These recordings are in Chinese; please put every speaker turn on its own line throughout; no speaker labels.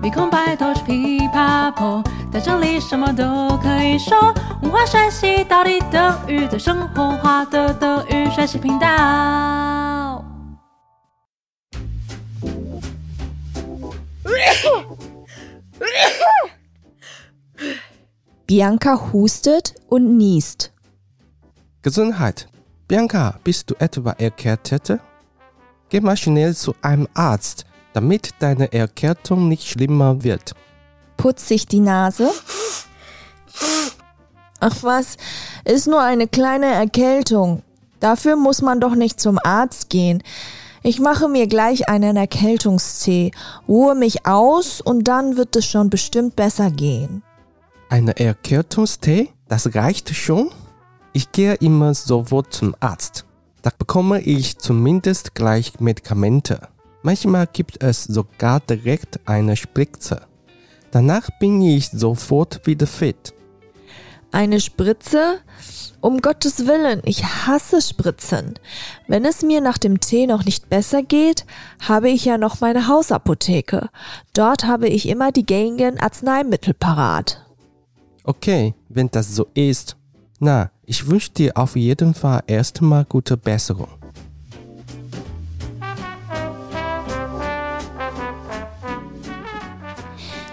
鼻孔白头是琵琶破，在这里什么都可以说。文化学习到底等于对生活化的德语学习频道。
Bianca hustet und niest.
Gesundheit. Bianca, bist du etwa erkältet? Geh mal schnell zu einem Arzt, damit deine Erkältung nicht schlimmer wird.
Putzt sich die Nase. Ach was, ist nur eine kleine Erkältung. Dafür muss man doch nicht zum Arzt gehen. Ich mache mir gleich einen Erkältungstee, ruhe mich aus und dann wird es schon bestimmt besser gehen.
Eine Erkältungstee? Das reicht schon? Ich gehe immer sofort zum Arzt. Da bekomme ich zumindest gleich Medikamente. Manchmal gibt es sogar direkt eine Spritze. Danach bin ich sofort wieder fit.
Eine Spritze? Um Gottes Willen, ich hasse Spritzen. Wenn es mir nach dem Tee noch nicht besser geht, habe ich ja noch meine Hausapotheke. Dort habe ich immer die gängigen Arzneimittel parat.
Okay, wenn das so ist. Na, ich wünsche dir auf jeden Fall erstmal gute Besserung.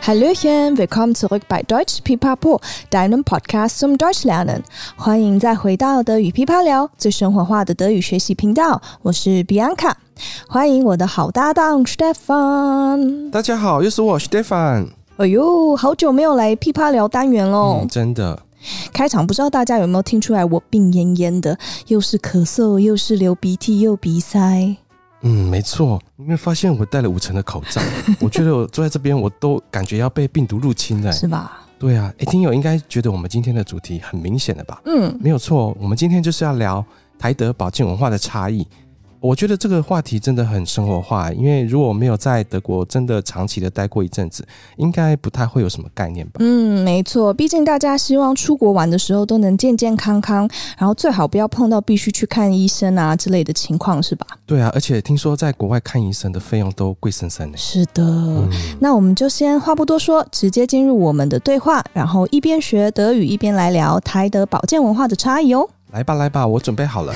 Hallöchen, willkommen zurück bei Deutsch Pipapo, deinem Podcast zum Deutschlernen. 欢迎再回到德语噼啪聊，最生活化的德语学习频道。我是 Bianca，欢迎我的好搭档 Stefan。
大家好，又是我 Stefan。
哎呦，好久没有来噼啪聊单元喽。
嗯，真的，
开场不知道大家有没有听出来，我病恹恹的，又是咳嗽，又是流鼻涕，又鼻塞。
嗯，没错。你有没有发现我戴了五层的口 罩？我觉得我坐在这边，我都感觉要被病毒入侵了、
是吧？
对啊，哎，听友应该觉得我们今天的主题很明显了吧？
嗯，
没有错，我们今天就是要聊台德保健文化的差异。我觉得这个话题真的很生活化，因为如果没有在德国真的长期的待过一阵子，应该不太会有什么概念吧？
嗯，没错，毕竟大家希望出国玩的时候都能健健康康，然后最好不要碰到必须去看医生啊之类的情况，是吧？
对啊，而且听说在国外看医生的费用都贵森森的。
是的。
嗯，
那我们就先话不多说，直接进入我们的对话，然后一边学德语一边来聊台德保健文化的差异哦。
来吧来吧，我准备好了。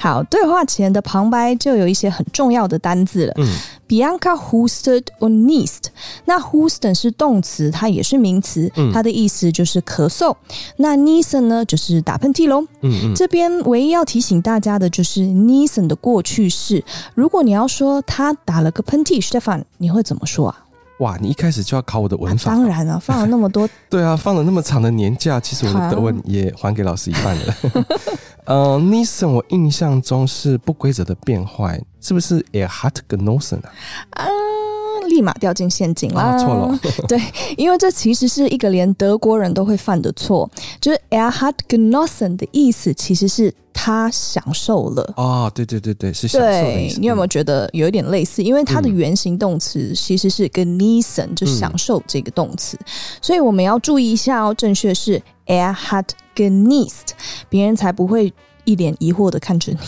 好，对话前的旁白就有一些很重要的单字了。
嗯
Bianca husted or niest。那 husten 是动词，它也是名词，
嗯
它的意思就是咳嗽。那 niesen 呢，就是打喷嚏喽。
嗯嗯，
这边唯一要提醒大家的就是 niesen 的过去式。如果你要说他打了个喷嚏，Stefan，你会怎么说啊？
哇，你一开始就要考我的文
啊
法？
当然啊，放了那么 多，
对啊，放了那么长的年假，其实我
啊
的德文也还给老师一半了。 呃 n i s e n 我印象中是不规则的变坏，是不是 a h a t g n o s e n 啊？
啊，立马掉进陷阱啦。
啊，错 了。
因为这其实是一个连德国人都会犯的错，就是 er hat genossen 的意思其实是他享受了。
哦，对对对对，是享受的意
对
思。
你有没有觉得有一点类似？因为它的
嗯
原型动词其实是 genießen，就是享受这个动词，所以我们要注意一下哦。正确是 er hat genießt，别人才不会一脸疑惑的看着你。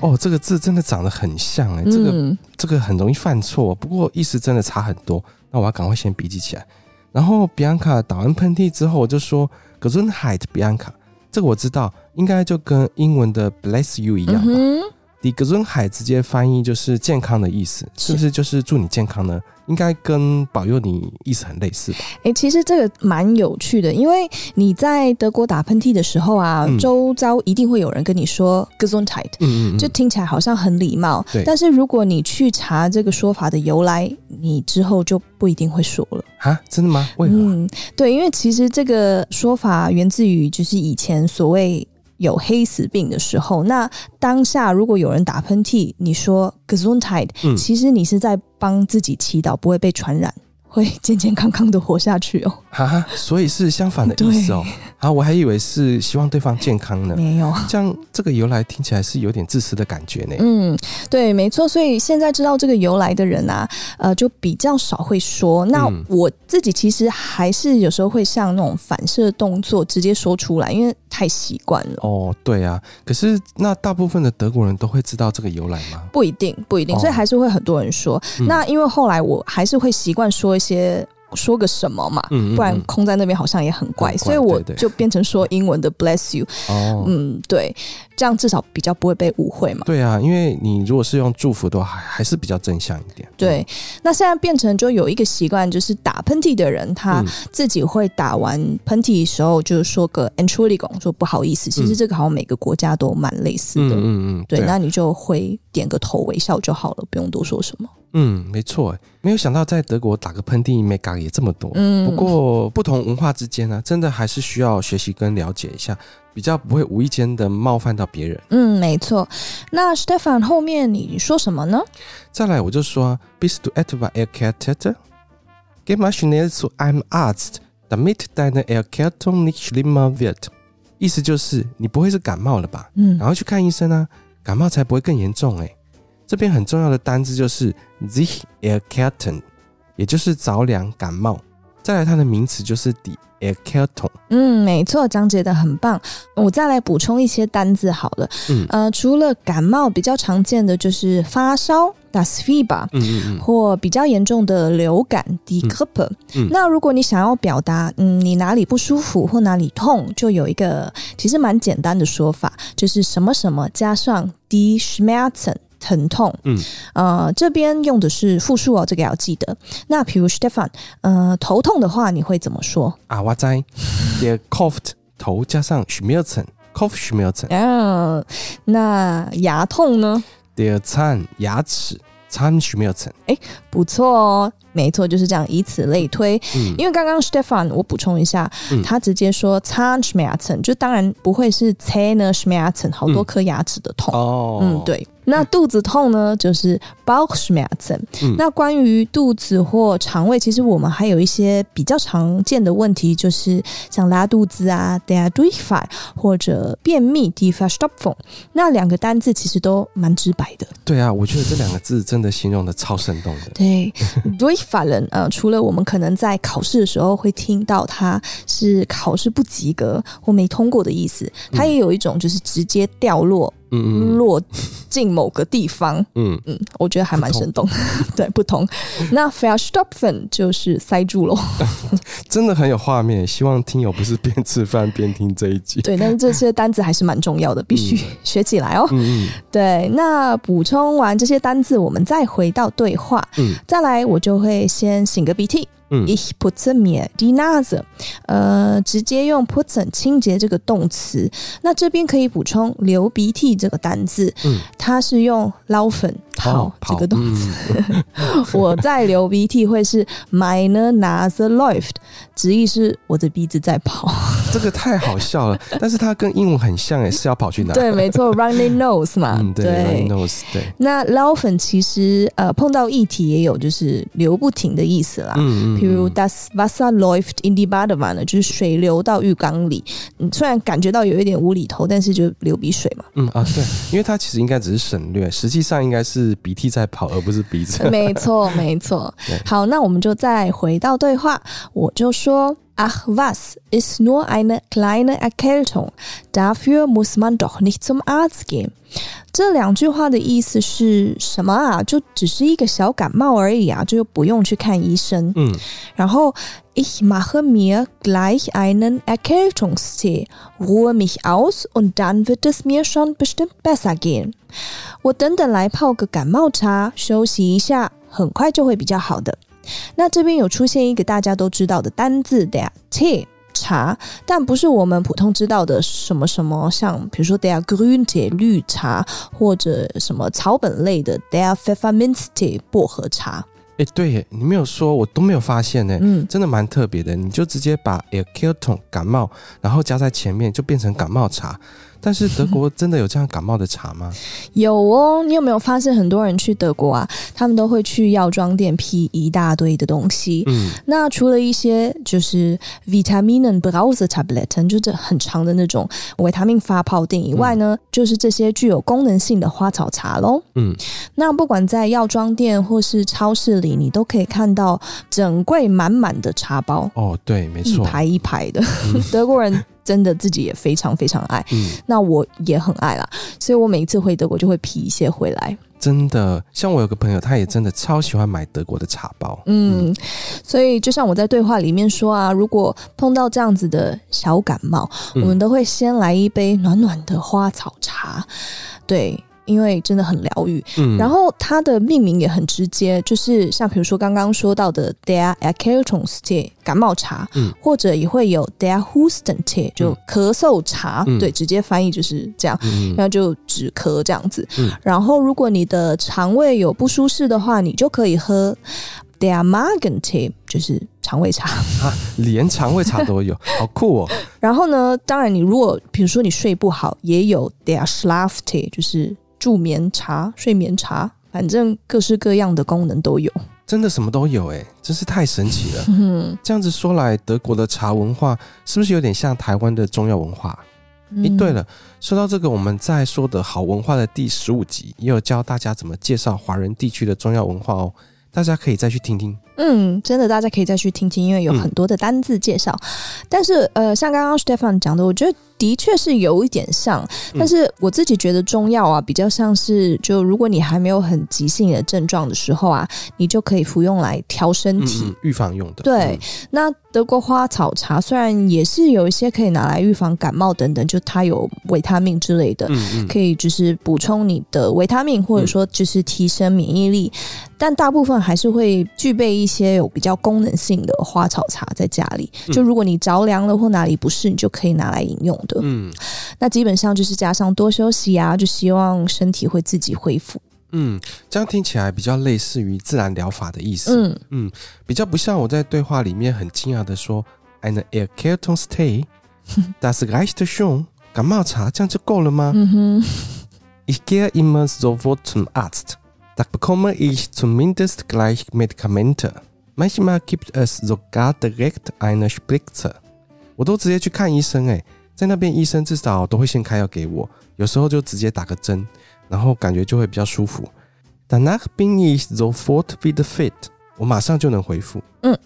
哦，这个字真的长得很像哎、这个、
嗯，
这个很容易犯错，不过意思真的差很多。那我要赶快先笔记起来。然后比安卡打完喷嚏之后，我就说 “Gesundheit，比安卡”，这个我知道，应该就跟英文的 “bless you” 一样
嗯
吧。
哼，
Die Gesundheit 直接翻译就是健康的意思，
是
是不是就是祝你健康呢？应该跟保佑你意思很类似吧？
诶，其实这个蛮有趣的，因为你在德国打喷嚏的时候啊，
嗯
周遭一定会有人跟你说 Gesundheit，
嗯嗯嗯，
就听起来好像很礼貌。
对
但是如果你去查这个说法的由来，你之后就不一定会说了。
啊，真的吗？为何啊？
嗯，对，因为其实这个说法源自于就是以前所谓。有黑死病的时候，那当下如果有人打喷嚏，你说 Gesundheit，、
嗯
其实你是在帮自己祈祷不会被传染， 会健健康康的活下去哦。
哈哈，所以是相反的意思哦。啊，我还以为是希望对方健康呢。
没有，
这样这个由来听起来是有点自私的感觉呢。
嗯，对，没错。所以现在知道这个由来的人啊，呃，就比较少会说。那
嗯
我自己其实还是有时候会像那种反射动作直接说出来，因为太习惯了。
哦，对啊，可是那大部分的德国人都会知道这个由来吗？
不一定，不一定，
哦
所以还是会很多人说。
嗯
那因为后来我还是会习惯说一些说个什么嘛，
嗯嗯嗯
不然空在那边好像也很怪，
很怪
所以我
对对
就变成说英文的 bless you，
哦，
嗯，对，这样至少比较不会被误会嘛。
对啊，因为你如果是用祝福的话，还还是比较正向一点。
对，那现在变成就有一个习惯，就是打喷嚏的人，他
嗯
自己会打完喷嚏的时候，就是说个 e n t r u l i g o n 说不好意思。其实这个好像每个国家都蛮类似
嗯
的。
嗯嗯，
对，
啊
那你就会点个头微笑就好了，不用多说什么。
嗯，没错，没有想到在德国打个喷嚏 m e g 也这么多。
嗯
不过不同文化之间呢、真的还是需要学习跟了解一下，比较不会无意间的冒犯到别人。
嗯，没错。那 Stefan 后面你说什么呢？
再来，我就说，Bist du etwa erkältet? Geh mal schnell zu einem Arzt, damit deine Erkältung nicht schlimmer wird. 意思就是你不会是感冒了吧？
嗯
赶快去看医生啊，感冒才不会更严重哎、这边很重要的单字就是 sich erkälten，也就是着凉感冒。再来，它的名词就是 die erkältung。
嗯，没错，讲解的很棒。我再来补充一些单字好了。
嗯
呃，除了感冒，比较常见的就是发烧 das Fieber，
嗯嗯嗯，
或比较严重的流感 d i g r i p
嗯
那如果你想要表达，嗯，你哪里不舒服或哪里痛，就有一个其实蛮简单的说法，就是什么什么加上 die Schmerzen。疼痛，
嗯，
呃，这边用的是复数哦，这个要记得。那比如 Stefan，呃，头痛的话，你会怎么说？
啊，我知，der Kopf 头加上 Schmerzen，Kopf Schmerzen，
啊，那牙痛呢？
der Zahn 牙齿 Zahn Schmerzen。
不错哦，没错，就是这样，以此类推。
嗯
因为刚刚 Stefan，我补充一下，
嗯
他直接说 Zahnschmerzen，就当然不会是 Zähneschmerzen，好多
嗯
颗牙齿的痛。
哦，
嗯，，对。那肚子痛呢，就是 Bauchschmerzen。
嗯
那关于肚子或肠胃，其实我们还有一些比较常见的问题，就是像拉肚子啊 der Durchfall 或者便秘 die Verstopfung。那两个单字其实都蛮直白的。
对啊，我觉得这两个字真的形容的超生动的。
对，Durchfallen，呃，除了我们可能在考试的时候会听到它是考试不及格或没通过的意思，它也有一种就是直接掉落、
嗯嗯
落进某个地方，
嗯，
嗯，我觉得还蛮
不同
生动， 对，不同。那 f e r s t o p f e n 就是塞住 喽，
真的很有画面。希望听友不是边吃饭边听这一集。
对，但是这些单字还是蛮重要的，必须学起来哦。
嗯
对，那补充完这些单字，我们再回到对话，
嗯
再来我就会先擤个鼻涕。
嗯嗯
Ich putze mir die Nase，呃，直接用 putzen 清洁这个动词。那这边可以补充流鼻涕这个单字，
嗯，
它是用 laufen 跑这
好，
个动词。
嗯
我在流鼻涕会是 meine Nase läuft，直译是我的鼻子在 跑。
这个太好笑了，但是它跟英文很像诶，欸是要跑去哪？
对，没错，runny nose 嘛，
嗯，对
对
r nose，对，
那 laufen 其实呃碰到议题也有就是流不停的意思啦。
嗯嗯，
比如
嗯
das Wasser läuft in die Badewanne，就是水流到浴缸里。嗯，虽然感觉到有一点无厘头，但是就流鼻水嘛。
嗯啊，对，因为它其实应该只是省略，实际上应该是鼻涕在跑，而不是鼻 子。
没错，没错
对。
好，那我们就再回到对话，我就说。Ach was, ist nur eine kleine Erkältung. Dafür muss man doch nicht zum Arzt gehen. 这两句话的意思是什么啊？就只是一个小感冒而已啊，就不用去看医生。
嗯
然后，ich mache mir gleich einen Erkältungstee, ruhe mich aus und dann wird es mir schon bestimmt besser gehen。我等等来泡个感冒茶，休息一下，很快就会比较好的。那这边有出现一个大家都知道的单字的 tea 茶，但不是我们普通知道的什么什么，像比如说 der grün t e 绿茶，或者什么草本类的 der pfefferminz t e 薄荷茶。
哎，对耶，你没有说，我都没有发现呢。
嗯，
真的蛮特别的，你就直接把 e r k l t o n 感冒，然后加在前面，就变成感冒茶。但是德国真的有这样感冒的茶吗？
有哦，你有没有发现很多人去德国啊，他们都会去药妆店批一大堆的东西。
嗯，
那除了一些就是 Vitaminen Brause Tabletten，就是很长的那种维他命发泡锭以外呢，就是这些具有功能性的花草茶喽。
嗯，
那不管在药妆店或是超市里，你都可以看到整柜满满的茶包，
哦，对，没
一
错，
排一排的。 德国人真的自己也非常非常爱，
嗯，
那我也很爱啦，所以我每一次回德国就会批一些回来。
真的，像我有个朋友，他也真的超喜欢买德国的茶包。
嗯，所以就像我在对话里面说啊，如果碰到这样子的小感冒，
嗯
我们都会先来一杯暖暖的花草茶，对，因为真的很疗愈。
嗯，
然后它的命名也很直接，就是像比如说刚刚说到的 der Erkältungstee 感冒茶，
嗯
或者也会有 der Hustentee 就咳嗽茶，
嗯
对，直接翻译就是这样。
嗯，
那就止咳这样子。
嗯
然后，如果你的肠胃有不舒适的话，你就可以喝 der Magentee，就是肠胃茶。
啊，连肠胃茶都有，好酷哦！
然后呢，当然你如果比如说你睡不好，也有 der Schlaftee，就是助眠茶、睡眠茶，反正各式各样的功能都有。
真的什么都有哎、真是太神奇了。
嗯，
这样子说来，德国的茶文化是不是有点像台湾的中药文化？诶，
嗯
对了，说到这个，我们在说的好文化的第十五集也有教大家怎么介绍华人地区的中药文化哦，大家可以再去听听。
嗯，真的，大家可以再去听听，因为有
嗯
很多的单字介绍。但是，呃，像刚刚 Stefan 讲的，我觉得的确是有一点像，
嗯
但是我自己觉得中药啊，比较像是就如果你还没有很急性的症状的时候啊，你就可以服用来调身
嗯
体。
嗯，预防用的。
对
嗯，
那德国花草茶虽然也是有一些可以拿来预防感冒等等，就它有维他命之类的，
嗯嗯，
可以就是补充你的维他命，或者说就是提升免疫力，但大部分还是会具备一些有比较功能性的花草茶在家里。
嗯
就如果你着凉了或哪里不适，你就可以拿来饮用的。
嗯
那基本上就是加上多休息啊，就希望身体会自己恢复。
嗯，这样听起来比较类似于自然疗法的意思，
嗯
比较不像我在对话里面很惊讶的说 “eine Erkältung stay”，das reicht schon，感冒茶这样就够了吗？
嗯哼，
Ich gehe immer sofort zum Arzt. Da bekomme ich zumindest gleich Medikamente. Manchmal gibt es sogar direkt eine Spritze. 我都直接去看医生诶、在那边医生至少都会先开药给我，有时候就直接打个针，然后感觉就会比较舒服。Danach bin ich sofort wieder fit. 我马上就能恢复。
嗯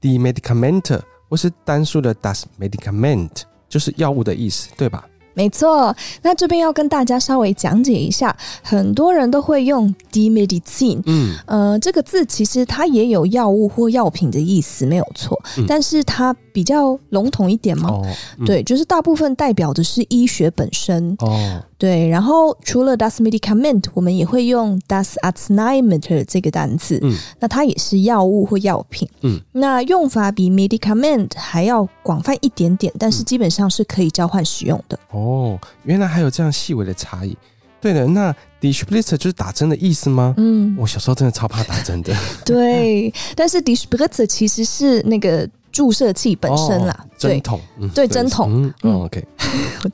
，die Medikamente 或是单数的 das Medikament 就是药物的意思，对吧？
没错。那这边要跟大家稍微讲解一下，很多人都会用 d e m e d i c i n
嗯
呃，这个字其实它也有药物或药品的意思，没有错，
嗯
但是它比较笼统一点嘛。
哦，嗯，
对，就是大部分代表的是医学本身。
哦，
对，然后除了 das Medikament，我们也会用 das Arzneimittel 这个单词，
嗯
那它也是药物或药品。
嗯，
那用法比 Medikament 还要广泛一点点，但
嗯
是基本上是可以交换使用的。
哦，原来还有这样细微的差异。对了，那 d i s p l i t z e r 就是打针的意思吗？
嗯，
我小时候真的超怕打针的，
对，但是 die Spritze 其实是那个注射器 本身啦，
哦
对
针，筒，嗯
对针筒
嗯
嗯
嗯，OK，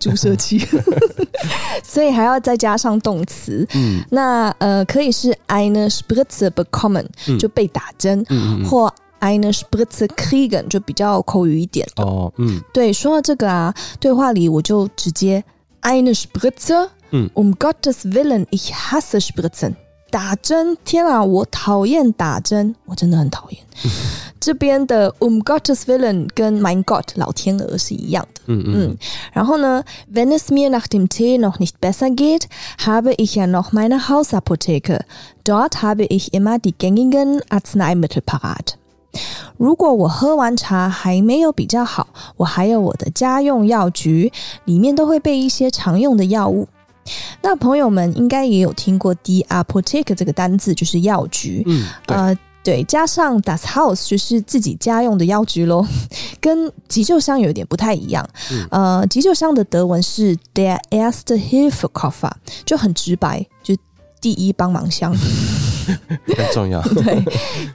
注射器， 所以还要再加上动词。
嗯
那呃，可以是 eine Spritze bekommen，、
嗯
就被打针，
嗯嗯嗯，
或 eine Spritze kriegen，就比较口语一点的。
哦，嗯
对，说到这个啊，对话里我就直接 eine Spritze，
嗯
，um Gottes Willen，ich hasse Spritzen。打针，天啊，我讨厌打针，我真的很讨 厌。这边的 um Gottes Willen 跟 mein Gott 老天鹅是一样的。
嗯嗯
嗯，然后呢，wenn es mir nach dem Tee noch nicht besser geht, habe ich ja noch meine Hausapotheke. Dort habe ich immer die gängigen Arzneimittel parat. 如果我喝完茶还没有比较好，我还有我的家用药局，里面都会备一些常用的药物。那朋友们应该也有听过 “die Apotheke” 这个单字，就是药局。
嗯，对，
呃，对，加上 das House 就是自己家用的药局喽，跟急救箱有点不太一样。呃，急救箱的德文是 der erste Hilfe-Koffer，就很直白，就第一帮忙箱。
很 重要，
对，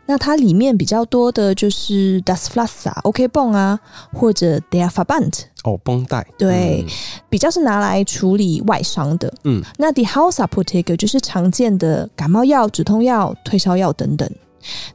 那它里面比较多的就是 das Pflaster、OK 泵啊，或者 der Verband，
哦，绷带，
对比较是拿来处理外伤的。
嗯，嗯，
那 die Hausapotheke 就是常见的感冒药、止痛药、退烧药等等。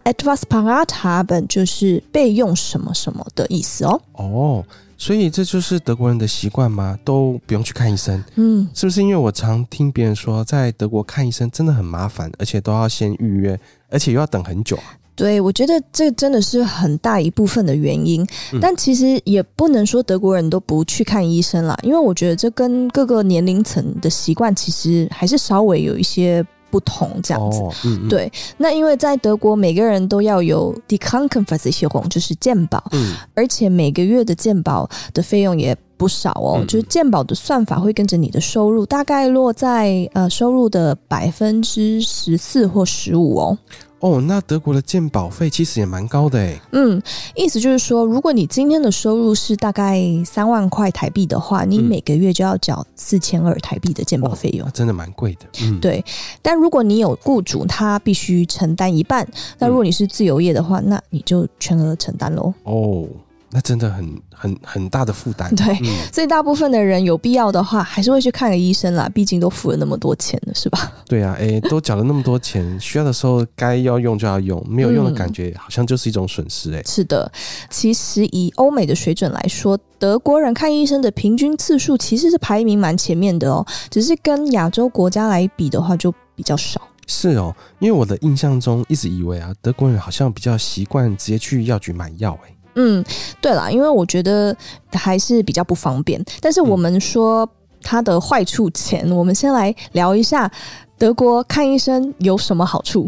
etwas parat haben 就是备用什么什么的意思哦。
哦，所以这就是德国人的习惯吗？都不用去看医生，
嗯，
是不是？因为我常听别人说，在德国看医生真的很麻烦，而且都要先预约，而且又要等很久啊。
对，我觉得这真的是很大一部分的原因，
嗯
但其实也不能说德国人都不去看医生啦，因为我觉得这跟各个年龄层的习惯其实还是稍微有一些不同，这样子。
哦，嗯嗯，
对，那因为在德国，每个人都要有 die Krankenversicherung，就是健保，
嗯，
而且每个月的健保的费用也不少哦。
嗯
就是健保的算法会跟着你的收入，大概落在呃收入的百分之十四或十五哦。
哦，那德国的鉴保费其实也蛮高的哎，
嗯，意思就是说，如果你今天的收入是大概三万块台币的话，你
嗯
每个月就要缴四千二台币的健保费用。
啊那真的蛮贵的。嗯，
对，但如果你有雇主，他必须承担一半；那如果你是自由业的话，那你就全额承担喽。
哦，那真的很很很大的负担。
对
嗯，
所以大部分的人有必要的话，还是会去看个医生啦，毕竟都付了那么多钱了，是吧？
对啊，哎，都缴了那么多钱，需要的时候该要用就要用，没有用的感觉好像就是一种损失哎。
是的，其实以欧美的水准来说，德国人看医生的平均次数其实是排名蛮前面的哦，只是跟亚洲国家来比的话就比较少。
是哦，因为我的印象中一直以为啊，德国人好像比较习惯直接去药局买药哎。
嗯，对啦，因为我觉得还是比较不方便。但是我们说它的坏处前，我们先来聊一下德国看医生有什么好处。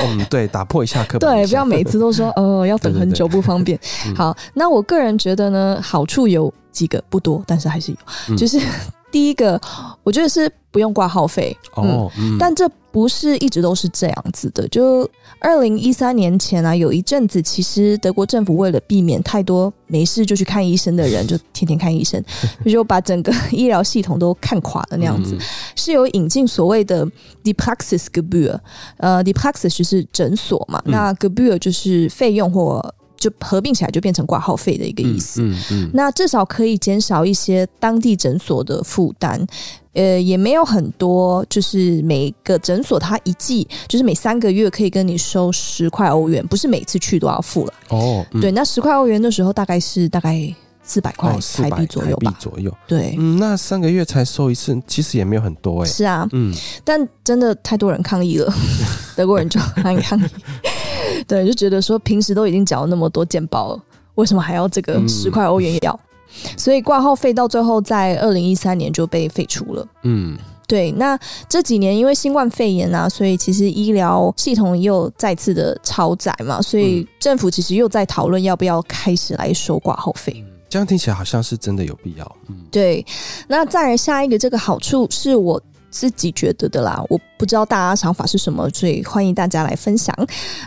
嗯，对，打破一下课本印
对，
象。
不要每次都 说呃要等很久不方便。
嗯
好，那我个人觉得呢，好处有几个，不多，但是还是有。
嗯
就是 第一个，我觉得是不用挂号费，
哦，嗯
但这不是一直都是这样子的。就二零一三年前啊，有一阵子，其实德国政府为了避免太多没事就去看医生的人，就天天看医 生，就把整个医疗系统都看垮了那样子。
嗯
是有引进所谓的 die Praxisgebühr，呃，die Praxis 就是诊所嘛，
嗯
那 Gebühr 就是费用或就合并起来就变成挂号费的一个意思。
嗯嗯
那至少可以减少一些当地诊所的负担。呃，也没有很多，就是每个诊所它一季，就是每三个月可以跟你收十块欧元，不是每次去都要付了。
哦，嗯
对，那十块欧元的时候大概是大概四百块
哦，
台币左右
400台
吧。
币左右。
对，
嗯，那三个月才收一次，其实也没有很多哎、
是啊，
嗯，
但真的太多人抗议了，德国人就很抗议。对，就觉得说平时都已经缴了那么多健保了，为什么还要这个
嗯
十块欧元也要？所以挂号费到最后在二零一三年就被废除了。
嗯，
对，那这几年因为新冠肺炎啊，所以其实医疗系统又再次的超载嘛，所以政府其实又在讨论要不要开始来收挂号费。
这样听起来好像是真的有必要。嗯，
对，那再来下一个这个好处是我自己觉得的啦，我不知道大家想法是什么，所以欢迎大家来分享。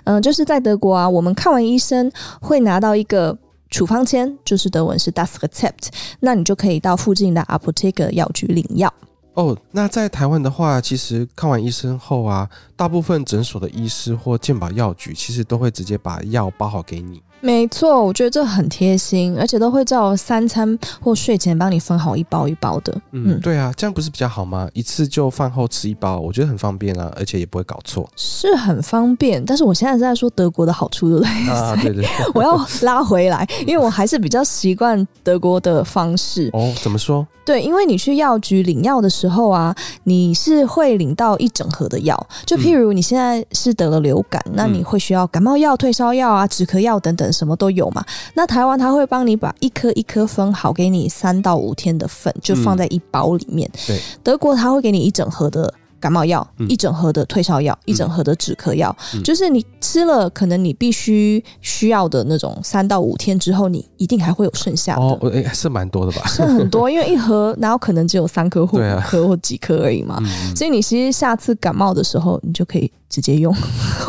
嗯、就是在德国啊，我们看完医生会拿到一个。处方签就是德文是 das Rezept，那你就可以到附近的 Apotheke 药局领药。
哦，那在台湾的话，其实看完医生后啊，大部分诊所的医师或健保药局其实都会直接把药包好给你。
没错，我觉得这很贴心，而且都会照三餐或睡前帮你分好一包一包的。
嗯，
嗯
对啊，这样不是比较好吗？一次就饭后吃一包，我觉得很方便啊，而且也不会搞 错
是很方便，但是我现在是在说德国的好处，对不对？
啊。对对对，
我要拉回来，因为我还是比较习惯德国的方式。
哦，怎么说？
对，因为你去药局领药的时候啊，你是会领到一整盒的药。就譬如你现在是得了流
嗯
感，那你会需要感冒药、退烧药啊、止咳药等等，什么都有嘛。那台湾它会帮你把一颗一颗分好，给你三到五天的份，就放在一包里面。
嗯对，
德国它会给你一整盒的。感冒药
嗯
一整盒的退烧药，一整盒的止咳药，
嗯
就是你吃了，可能你必须需要的那种三到五天之后，你一定还会有剩下的。
哦，哎、还是蛮多的吧？
剩很多，因为一盒哪有可能只有三颗或
对啊
五颗或几颗而已嘛。
嗯，
所以你其实下次感冒的时候，你就可以直接用。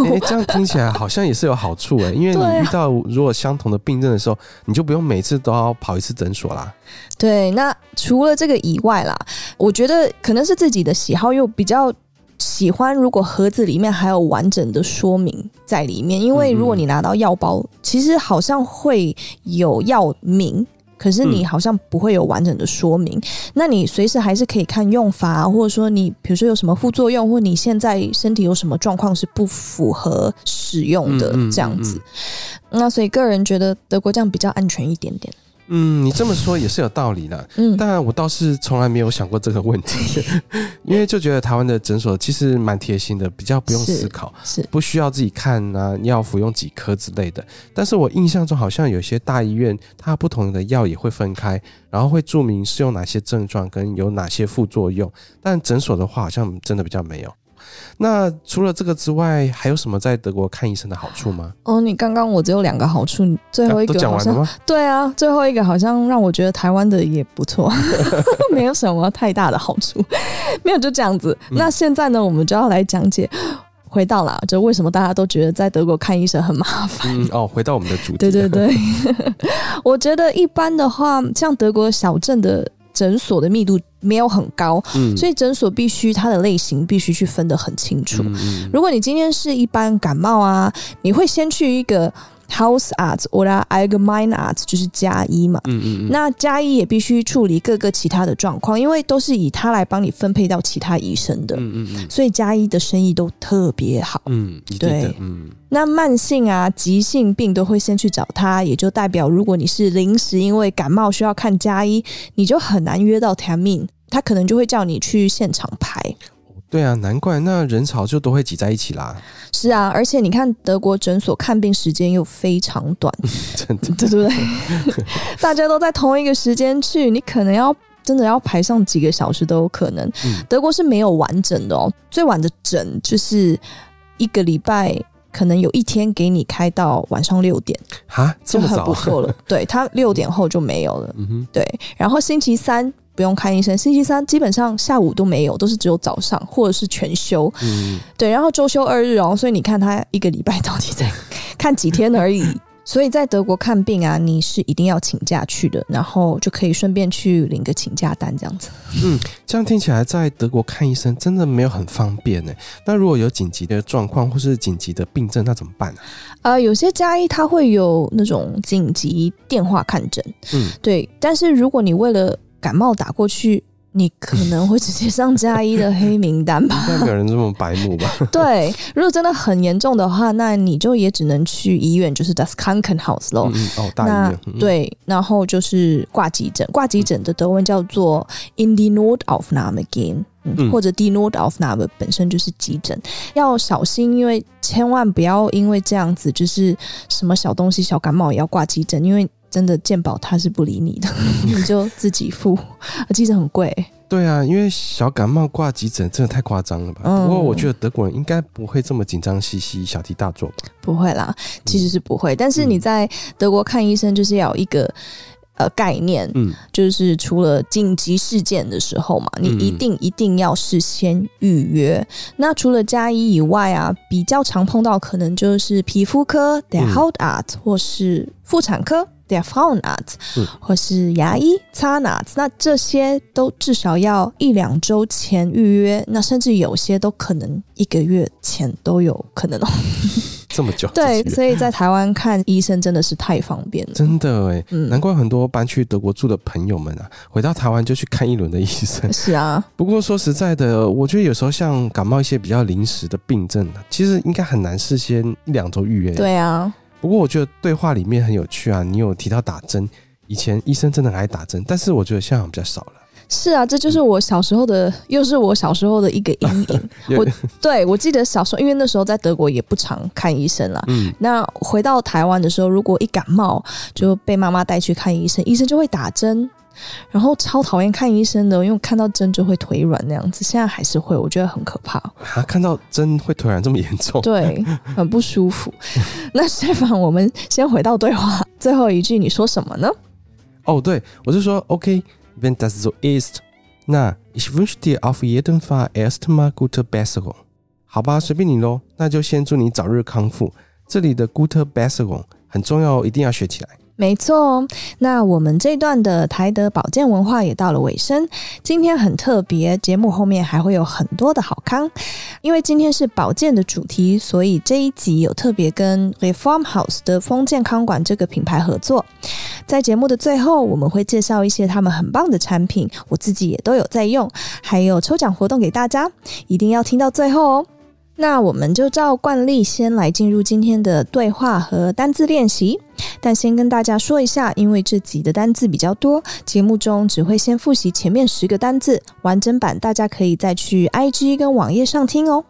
哎、这样听起来好像也是有好处哎、因为
对啊
你遇到如果相同的病症的时候，你就不用每次都要跑一次诊所啦。
对，那除了这个以外啦，我觉得可能是自己的喜好，又比较喜欢如果盒子里面还有完整的说明在里面，因为
嗯嗯
如果你拿到药包，其实好像会有药名。可是你
嗯
好像不会有完整的说明，那你随时还是可以看用法、啊，或者说你比如说有什么副作用，或你现在身体有什么状况是不符合使用的、
嗯嗯嗯
这样子。那所以个人觉得德国这样比较安全一点点。
嗯，你这么说也是有道理的，
嗯，
但我倒是从来没有想过这个问 题，因为就觉得台湾的诊所其实蛮贴心的，比较不用
是
思考，
是
不需要自己看啊，要服用几颗之类的。但是我印象中好像有些大医院，它不同的药也会分开，然后会注明是用哪些症状跟有哪些副作用，但诊所的话好像真的比较没有。那除了这个之外，还有什么在德国看医生的好处吗？
哦，你刚刚我只有两个好处，你最后
啊
呃一
都
个
讲
好
完了
像
吗？
对啊，最后一个好像让我觉得台湾的也不 错，没有什么太大的好处，没有就这样子。
嗯
那现在呢，我们就要来讲解，回到啦，就为什么大家都觉得在德国看医生很麻烦。
嗯，哦，回到我们的主 题，
对对对， 我觉得一般的话，像德国小镇的诊所的密度没有很高，
嗯，
所以诊所必须它的类型必须去分得很清楚。
嗯嗯
如果你今天是一般感冒啊，你会先去一个 Hausarzt oder Allgemeinarzt，就是加医嘛。
嗯嗯嗯，
那加医也必须处理各个其他的状况，因为都是以他来帮你分配到其他医生的，
嗯嗯嗯
所以加医的生意都特别好。
嗯，一定的
对，
嗯
那慢性啊、急性病都会先去找他，也就代表如果你是临时因为感冒需要看加医，你就很难约到 t e m i n 他可能就会叫你去现场排。
对啊，难怪那人潮就都会挤在一起啦，
是啊，而且你看德国诊所看病时间又非常短，
真的。
对不对？ 大家都在同一个时间去，你可能要真的要排上几个小时都有可能。
嗯
德国是没有完整的哦，最晚的诊就是一个礼拜。可能有一天给你开到晚上六点，
哈，这
就
么
很
早啊
不？错了。对他六点后就没有了。
嗯哼，
对，然后星期三不用看医生，星期三基本上下午都没有，都是只有早上或者是全休。
嗯，
对，然后周休二日哦，所以你看他一个礼拜到底在看几天而已。所以在德国看病啊，你是一定要请假去的，然后就可以顺便去领个请假单这样子。
这样听起来在德国看医生真的没有很方便呢。那如果有紧急的状况或是紧急的病症，那怎么办啊呢、
呃，有些家医他会有那种紧急电话看诊，
嗯，
对，但是如果你为了感冒打过去，你可能会直接上家医的黑名单吧。
应该没有人这么白目吧？
对，如果真的很严重的话，那你就也只能去医院，就是 das Krankenhaus 咯。
嗯嗯， 哦，大医
那
院，嗯，
对，然后就是挂急诊，挂急诊的德文叫做 in die Notaufnahme gehen，、嗯
嗯
或者 die Notaufnahme 本身就是急诊，要小心，因为千万不要因为这样子，就是什么小东西、小感冒也要挂急诊，因为真的健保它是不理 你的，你就自己付，啊急诊很贵。
对啊，因为小感冒挂急诊真的太夸张了吧？
嗯
不过我觉得德国人应该不会这么紧张兮兮、小题大做吧？
不会啦，其实是不会。但是你
嗯
在德国看医生，就是要有一个呃概念，
嗯
就是除了紧急事件的时候嘛，你
嗯
一定一定要事先预约。那除了加医以外啊，比较常碰到可能就是皮肤科 （der
嗯
Hautarzt） 或是妇产科 （der Frauenarzt）
嗯
或是牙医 （Zahnarzt）。那这些都至少要一两周前预约，那甚至有些都可能一个月前都有可 能哦。
这么久之
对
前，，
所以在台湾看医生真的是太方便 了。
真的哎，
嗯
难怪很多搬去德国住的朋友们啊，回到台湾就去看一轮的医生。
是啊，
不过说实在的，我觉得有时候像感冒一些比较临时的病症啊，其实应该很难事先一两周预约。，
对啊，
不过我觉得对话里面很有趣啊，你有提到打针，以前医生真的很爱打针，但是我觉得现在好像比较少了。
是啊，这就是我小时候的，又是我小时候的一个阴影。我对我记得小时候，因为那时候在德国也不常看医生啦。
嗯，
那回到台湾的时候，如果一感冒就被妈妈带去看医生，医生就会打针，然后超讨厌看医生的，因为看到针就会腿软那样子。现在还是会，我觉得很可怕。
啊，看到针会突然这么严重，
对，很不舒服。那 Stefan，我们先回到对话最后一句，你说什么呢？
Oh, doi. Also, okay, wenn das so ist. Na, ich wünsche dir auf jeden Fall erstmal gute Besserung. 好吧，随便你喽。那就先祝你早日康复。这里的 gute Besserung 很重要哦，一定要学起来。
没错哦，那我们这段的台德保健文化也到了尾声。今天很特别，节目后面还会有很多的好康，因为今天是保健的主题，所以这一集有特别跟 Reform House 的丰健康馆这个品牌合作。在节目的最后，我们会介绍一些他们很棒的产品，我自己也都有在用，还有抽奖活动给大家，一定要听到最后哦。那我们就照惯例先来进入今天的对话和单字练习。但先跟大家说一下，因为这集的单字比较多，节目中只会先复习前面十个单字，完整版大家可以再去 IG 跟网页上听哦。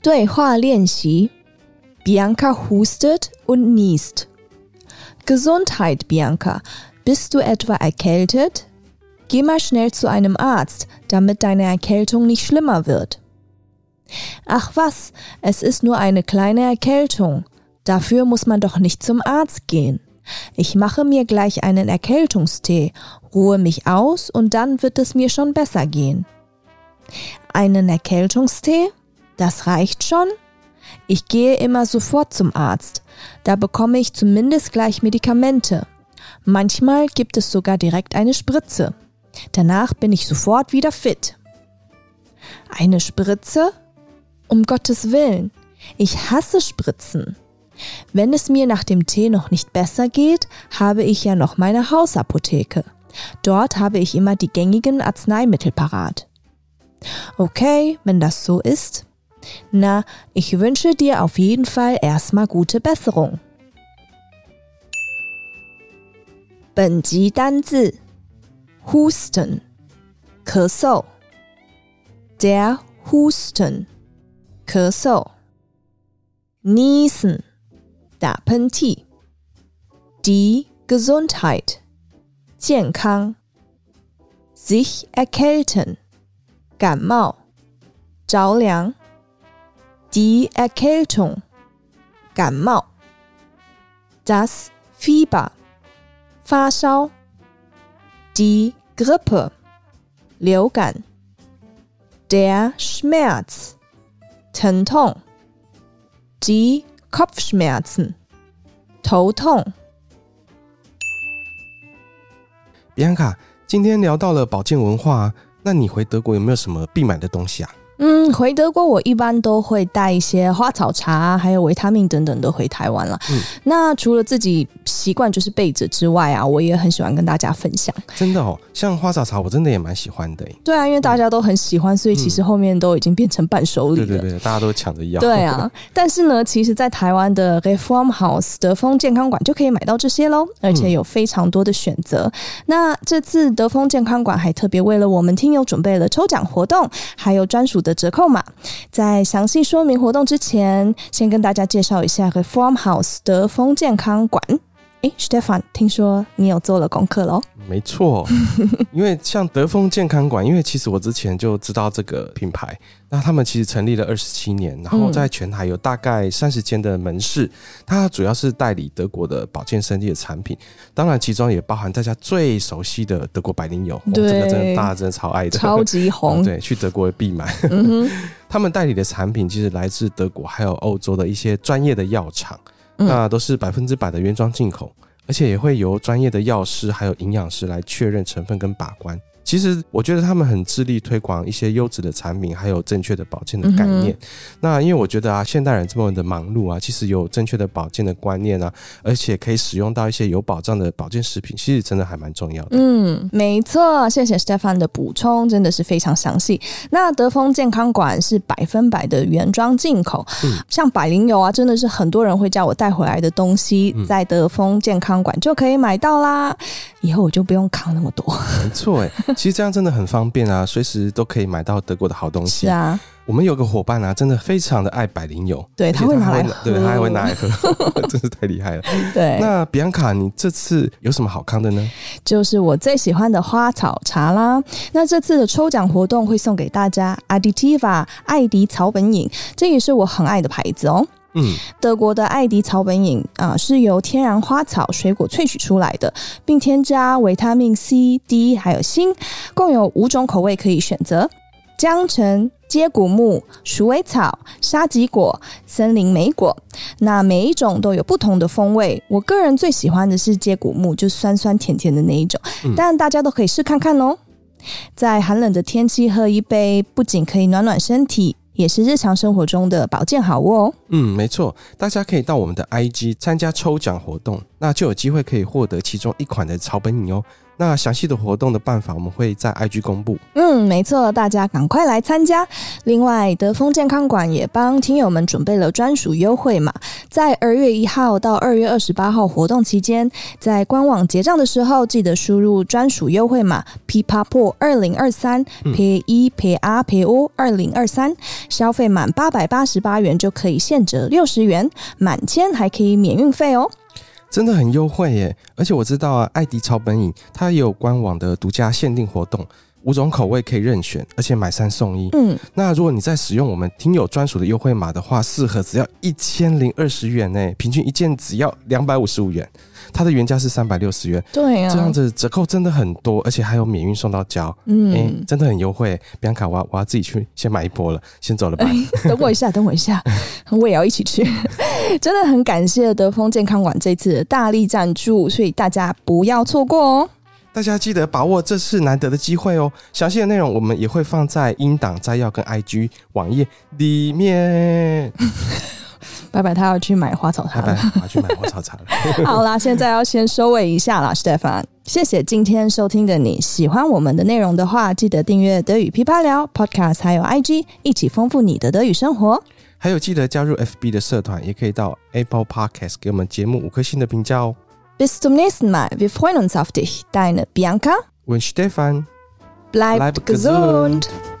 对话练习：Bianca hustet und niest. Gesundheit, Bianca. Bist du etwa erkältet? Geh mal schnell zu einem Arzt, damit deine Erkältung nicht schlimmer wird. Ach was, es ist nur eine kleine Erkältung. Dafür muss man doch nicht zum Arzt gehen. Ich mache mir gleich einen Erkältungstee, ruhe mich aus und dann wird es mir schon besser gehen. Einen Erkältungstee? Das reicht schon? Ich gehe immer sofort zum Arzt. Da bekomme ich zumindest gleich Medikamente. Manchmal gibt es sogar direkt eine Spritze. Danach bin ich sofort wieder fit. Eine Spritze? Um Gottes Willen. Ich hasse Spritzen. Wenn es mir nach dem Tee noch nicht besser geht, habe ich ja noch meine Hausapotheke. Dort habe ich immer die gängigen Arzneimittel parat. Okay, wenn das so ist. Na, ich wünsche dir auf jeden Fall erstmal gute Besserung. 本集单字：Houston，咳嗽。Der Houston，咳嗽。Niesen，打喷嚏。Die Gesundheit，健康。Sich erkälten，感冒。着凉。Die Erkältung，感冒。Das Fieber，发烧。Die Grippe，流感。Der Schmerz，疼痛。Die Kopfschmerzen，头痛。
Bianca，今天聊到了保健文化，啊那你回德国有没有什么必买的东西啊？
嗯，回德国我一般都会带一些花草茶，还有维他命等等的回台湾了。那除了自己习惯就是备着之外啊，我也很喜欢跟大家分享。
真的哦，像花草茶，我真的也蛮喜欢的耶。欸
对啊，因为大家都很喜欢，所以其实后面都已经变成伴手礼
对
了。
对对，大家都抢着要。
对啊，但是呢，其实，在台湾的 Reform House 德丰健康馆就可以买到这些喽，而
嗯
且有非常多的选择。那这次德丰健康馆还特别为了我们听友准备了抽奖活动，还有专属的折扣码。在详细说明活动之前，先跟大家介绍一下 Reform House 德丰健康馆。诶 s t e f a n 听说你有做了功课 喽？
没错，因为像德丰健康馆，因为其实我之前就知道这个品牌，那他们其实成立了二十七年，然
嗯
后在全台有大概三十间的门市，它主要是代理德国的保健生意的产品，当然其中也包含大家最熟悉的德国白灵油，哦、这
对
个真的大家真的超爱的，
超级红， 嗯
对，去德国必买。他们代理的产品其实来自德国还有欧洲的一些专业的药厂，
嗯
那都是百分之百的原装进口，而且也会由专业的药师还有营养师来确认成分跟把关。其实我觉得他们很致力推广一些优质的产品，还有正确的保健的概念。
嗯
那因为我觉得啊，现代人这么的忙碌啊，其实有正确的保健的观念啊，而且可以使用到一些有保障的保健食品，其实真的还蛮重要的。
嗯，没错，谢谢 Stefan 的补充，真的是非常详细。那德丰健康馆是百分百的原装进口，像百灵油啊，真的是很多人会叫我带回来的东西，在德丰健康馆就可以买到啦。以后我就不用扛那么多。
没错 哎，其实这样真的很方便啊，随时都可以买到德国的好东西。
是啊，
我们有个伙伴啊，真的非常的爱百灵油，
对
而且
他会拿
还
来喝
对，他还会拿来喝， 真是太厉害了。
对，
那比安卡，你这次有什么好康的呢？
就是我最喜欢的花草茶啦。那这次的抽奖活动会送给大家 Aditiva 艾迪草本饮，这也是我很爱的牌子哦。
嗯，
德国的艾迪草本饮啊、是由天然花草、水果萃取出来的，并添加维他命 C、D 还有锌，共有五种口味可以选择：姜橙、接骨木、鼠尾草、沙棘果、森林莓果。那每一种都有不同的风味。我个人最喜欢的是接骨木，就酸酸甜甜的那一种，但大家都可以试看看喽。在寒冷的天气喝一杯，不仅可以暖暖身体，也是日常生活中的保健好物哦。
嗯，没错，大家可以到我们的 IG 参加抽奖活动，那就有机会可以获得其中一款的草本饮哦。那详细的活动的办法，我们会在 IG 公布。
嗯，没错，大家赶快来参加。另外，德丰健康馆也帮听友们准备了专属优惠码，在二月一号到二月二十八号活动期间，在官网结账的时候，记得输入专属优惠码 p p a p o 二零二三 p i p r p o 二零二三，消费满八百八十八元就可以现折六十元，满千还可以免运费哦。
真的很优惠耶！而且我知道啊，艾迪草本饮它也有官网的独家限定活动，五种口味可以任选，而且买三送一。
嗯，
那如果你在使用我们听友专属的优惠码的话，四盒只要一千零二十元呢，平均一件只要两百五十五元，它的原价是三百六十元，
对啊
这样子折扣真的很多，而且还有免运送到家，哎、
嗯，
真的很优惠。比安卡，我要我要自己去先买一波了，先走了吧。
等我一下，等我一下，我也要一起去。 真的很感谢德丰健康馆这次的大力赞助，所以大家不要错过哦。
大家记得把握这次难得的机会哦。详细的内容我们也会放在音档摘要跟 IG 网页里面。
拜拜，他要去买花草茶了。
拜拜，我要去买花草茶了。
好啦，现在要先收尾一下啦，Stefan。谢谢今天收听的你，喜欢我们的内容的话，记得订阅德语噼啪聊 Podcast，还有 IG，一起丰富你的德语生活。
还有记得加入 FB 的社团，也可以到 Apple Podcast 给我们节目五颗星的评价哦。
Bis zum nächsten Mal, wir freuen uns auf dich. Deine Bianca,
Und Stefan.
bleibt,
Bleibt
gesund.
gesund.